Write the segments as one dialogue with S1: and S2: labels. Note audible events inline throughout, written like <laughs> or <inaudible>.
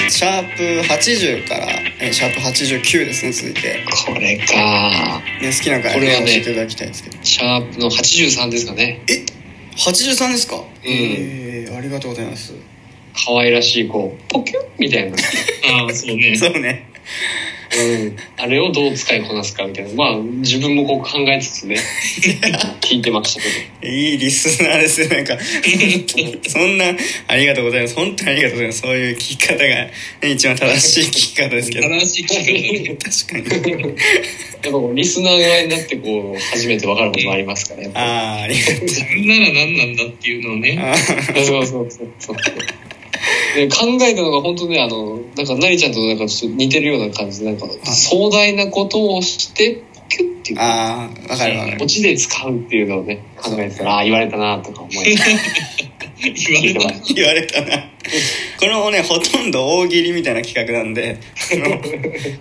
S1: ープ80から、えーシャープ89ですね続いて、
S2: これか
S1: ね、好きな回
S2: これはね
S1: 教えていただきたいんですけど
S2: シャープの83ですかね
S1: え83ですかえーありがとうございます
S2: 可愛らしいこうポキュンみたいな
S3: ああ、そうね。
S1: そうね
S2: うんあれをどう使いこなすかみたいなまあ自分もこう考えつつね聞いてましたけ
S1: いいリスナーですねなんか <laughs> そんなありがとうございます本当にありがとうございますそういう聞き方が、ね、一番正しい聞き方ですけど
S3: 正しい聞き
S1: 確かに
S2: どやっぱこうリスナー側になってこう初めて分かることもありますからねやっ
S1: ああありがとう
S3: 方。自分なら何なんだっていうのをね。
S1: あー
S2: ぱりそうそうそうそうで考えたのが本当ねあのなんかなりちゃんとなんかちょっと似てるような感じでなんか壮大なことをしてポキュンっていう
S1: あーわかるわかる
S2: オチで使うっていうのをね考えてたらああ言われたなとか
S1: <laughs>
S2: 思い
S3: 言わ
S2: 聞
S3: れ
S2: いて
S3: た
S2: ま
S3: ら
S2: し
S1: 言われたなこれもねほとんど大喜利みたいな企画なんであの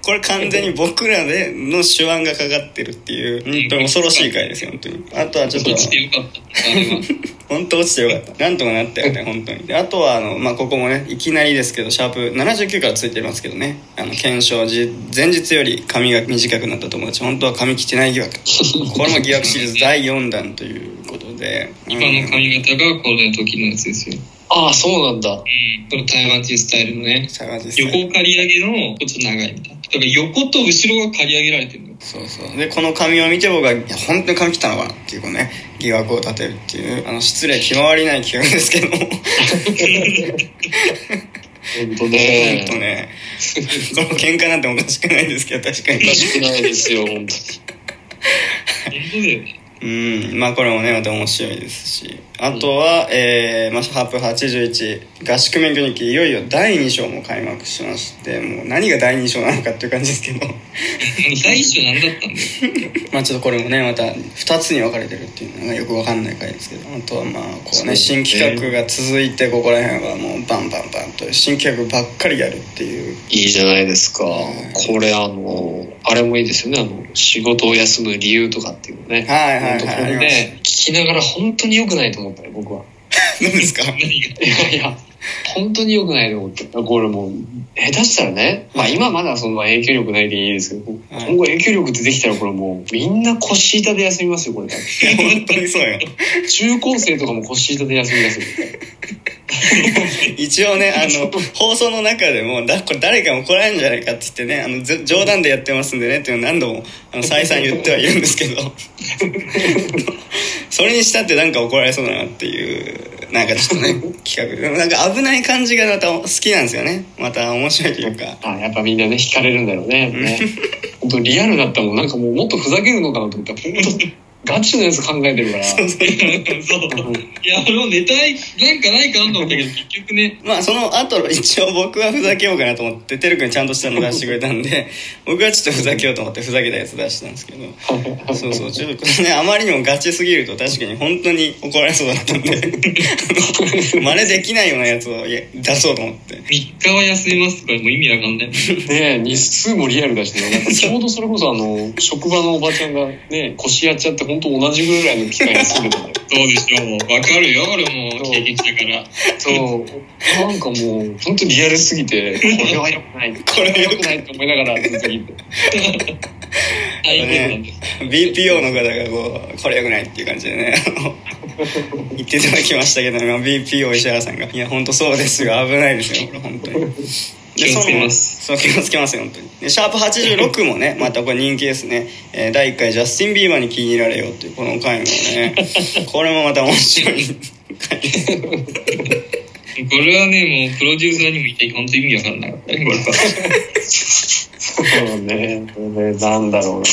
S1: これ完全に僕らでの手腕がかかってるっていう本当に恐ろしい回ですよ本当にあとはちょっと
S3: 落ちてよかった。あれは。
S1: 本当落ちてよかったなんとかなったよね本当にであとはあの、まあ、ここもねいきなりですけどシャープ79からついてますけどねあの検証時前日より髪が短くなった友達本当は髪切ってない疑惑これも疑惑シリーズ第4弾ということで
S3: 今の髪型がこの時のやつですよ。
S2: ああそうなんだ
S3: うん。この台湾人スタイルのね。
S1: 下がですね
S3: 横刈り上げの、ちょっと長いみたいな。だから横と後ろが刈り上げられてるの。 <laughs>
S1: そうそうでこの髪を見て僕はいや本当に髪切ったのかなっていうこうね疑惑を立てるっていうあの失礼極まりない企画ですけども
S2: 本当
S1: 本
S2: ね
S1: 当ねこの喧嘩なんてもおかしくないですけど確かに
S2: おかしくないです
S1: <laughs>
S2: よ本当
S3: 本当だよね。
S1: うんまあこれもねまた面白いですしあとは、えーまあ、シャープ81合宿免許日記いよいよ第2章も開幕しましてもう何が第2章なのかっていう感じですけど
S3: 第一章何だったんだよ。
S1: まあちょっとこれもねまた2つに分かれてるっていうのがよく分かんない回ですけどあとはまあこ
S2: そうう
S1: ね
S2: です
S1: 新
S2: ね
S1: 企画が続いてここら辺はもうバンバンバンと新企画ばっかりやるっていう
S2: いいじゃないですかこれあのあれもいいですよねあの仕事を休む理由とかっていうのね
S1: はいはい
S2: 本当
S1: は
S2: こ
S1: いあり
S2: れ
S1: まし
S2: ね聞きながら本当に良くないと思ったね僕は
S1: た <laughs> 何 <laughs> ですか
S3: 何が。
S2: いやいや本当に良くないと思ってこれもう下手したらねまあ今まだその影響力ないでいいですけど
S1: はい
S2: 今後影響力ってできたらこれもうみんな腰痛で休みますよこれ多分
S1: 本当にそうよ
S2: 中高生とかも腰痛で休みますよ
S1: 一応ねあの放送の中でもだこれ誰かも来られるんじゃないかって言ってねあのぜ冗談でやってますんでねっていうのを何度もあの再三言ってはいるんですけど <laughs> それにしたってなんか怒られそうだなっていうなんかちょっとね企画でもなんか危ない感じがまた好きなんですよねまた面白いというか。
S2: あやっぱみんなね惹かれるんだろうねね本当リアルだったもんなんかもうもっとふざけるのかなと思ったら本当ガチのやつ考えてるから
S3: そう。いや、俺もネタ、なんかないかなと思ったけど、結局ね。
S1: まあその後一応僕はふざけようかなと思っててるくんちゃんとしたの出してくれたんで僕はちょっとふざけようと思ってふざけたやつ出したんですけどそうそうちょっとねあまりにもガチすぎると確かに本当に怒られそうだったんで真似できないようなやつをいや出そうと思って
S3: 3日は休みますとかもう意味わかんない。
S2: ねえ日数もリアルだしねなんかちょうどそれこそあの職場のおばちゃんがね腰やっちゃって本当同じぐらいの期間休んでたのよ
S3: そうでしょう。わかるよ、俺も経験したから。
S2: そうなんかもう本当リアルすぎてこれは良くないこれは良くないって思いながらその時って
S3: 大変なんです。
S1: BPO の方がこうこれよくないっていう感じでね <laughs> あの言っていただきましたけど、今 BPO 石原さんが「いや本当そうですよ危ないですよこれ本当に」で
S3: 気をつけます
S1: そのそう気をつけますよ本当にでシャープ86もねまたこれ人気ですね、えー第1回ジャスティン・ビーバーに気に入られようっていうこの回もね
S3: <laughs>
S1: これもまた面白い回です
S3: これはね、もうプロデューサーにも言って、本当意味わかんなかったね、これは。
S2: そうねこれねなんだろうな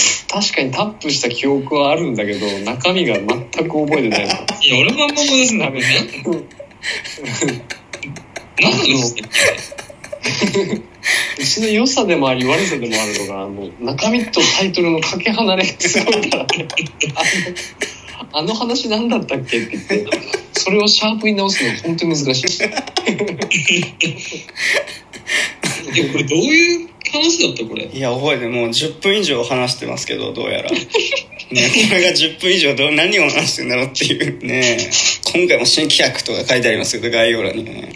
S2: 確かにタップした記憶はあるんだけど中身が全く覚えてないの
S3: いや、俺もあんま思い出すんだけどね。何の話してんの
S2: うちの良さでもあり悪さでもあるのがあの中身とタイトルのかけ離れってすごいからねあのあの話何だったっけって言ってそれをシャープに直すの本当に難しい
S3: いや、これどういう話だった、これ。
S1: いや覚えてもう10分以上話してますけどどうやら、ね、これが10分以上どう何を話してんだろうっていうね今回も新企画とか書いてありますけど概要欄にね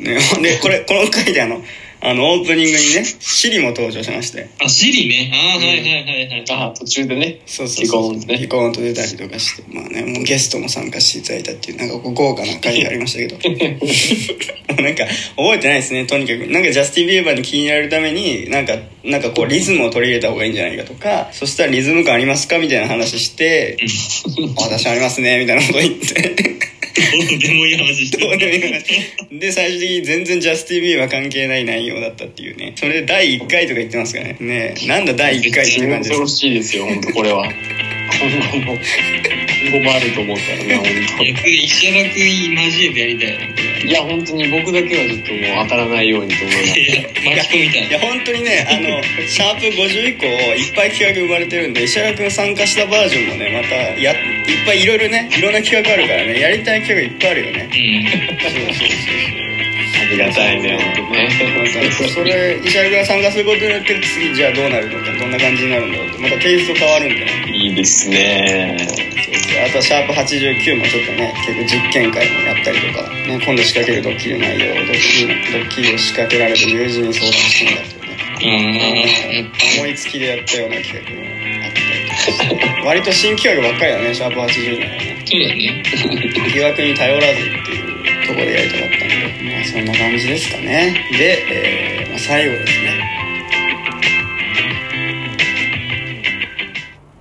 S1: ねでこれこの回であのあの、オープニングにね、シリも登場しまして。
S3: あ、シリね。あー、はいはいはいはい。
S2: ああ、途中でね。
S1: そうそうそう。
S2: ピコーンとね
S1: ピコーンと出たりとかして、まあね、もうゲストも参加していただいたっていう、なんかこう豪華な会がありましたけど。もうなんか、覚えてないですね、とにかく。なんかジャスティン・ビーバーに気に入られるために、なんか、なんかこうリズムを取り入れた方がいいんじゃないかとか、そしたらリズム感ありますかみたいな話して、あ私ありますね、みたいなこと言って。
S3: どうでもいい話して
S1: どう
S3: る。
S1: でもいい話で最終的に全然ジャスティン・ビーバー関係ない内容だったっていうねそれで第1回とか言ってますからねねえなんだ第1回っていう感じで
S2: 恐ろ
S1: す
S2: しいですよ、本当これは。今後も、今後もあると思うからね、本
S3: 逆に石原くん交えてやりたいな。
S2: 当。いや、本当に僕だけはちょっともう当たらないようにと思いま
S1: <laughs>
S2: す。
S3: いや巻き込みたい
S1: いや本当にねあのシャープ50以降いっぱい企画生まれてるんで石原君参加したバージョンもねまたやいっぱいいろいろねいろんな企画あるからねやりたい企画いっぱいあるよね
S3: うん。
S1: そうそうそう
S2: ありがたいね、本当ね。
S1: そう <laughs> それ石原君が参加することによって次じゃあどうなるのかどんな感じになるんだろうってまたテイスト変わるんでね
S2: いいですね。
S1: あとはシャープ89もちょっとね結構実験会もやったりとか、ね、今度仕掛けるドッキリの内容ドッキリドッキリを仕掛けられて友人に相談してみたりとかね
S3: あーやっぱ
S1: 思いつきでやったような企画もあったりとかして割と新企画ばっかりだねシャープ80年はね
S3: そうだね。
S1: 疑惑に頼らずっていうところでやりたかったんでまあそんな感じですかねで、えーまあ、最後ですね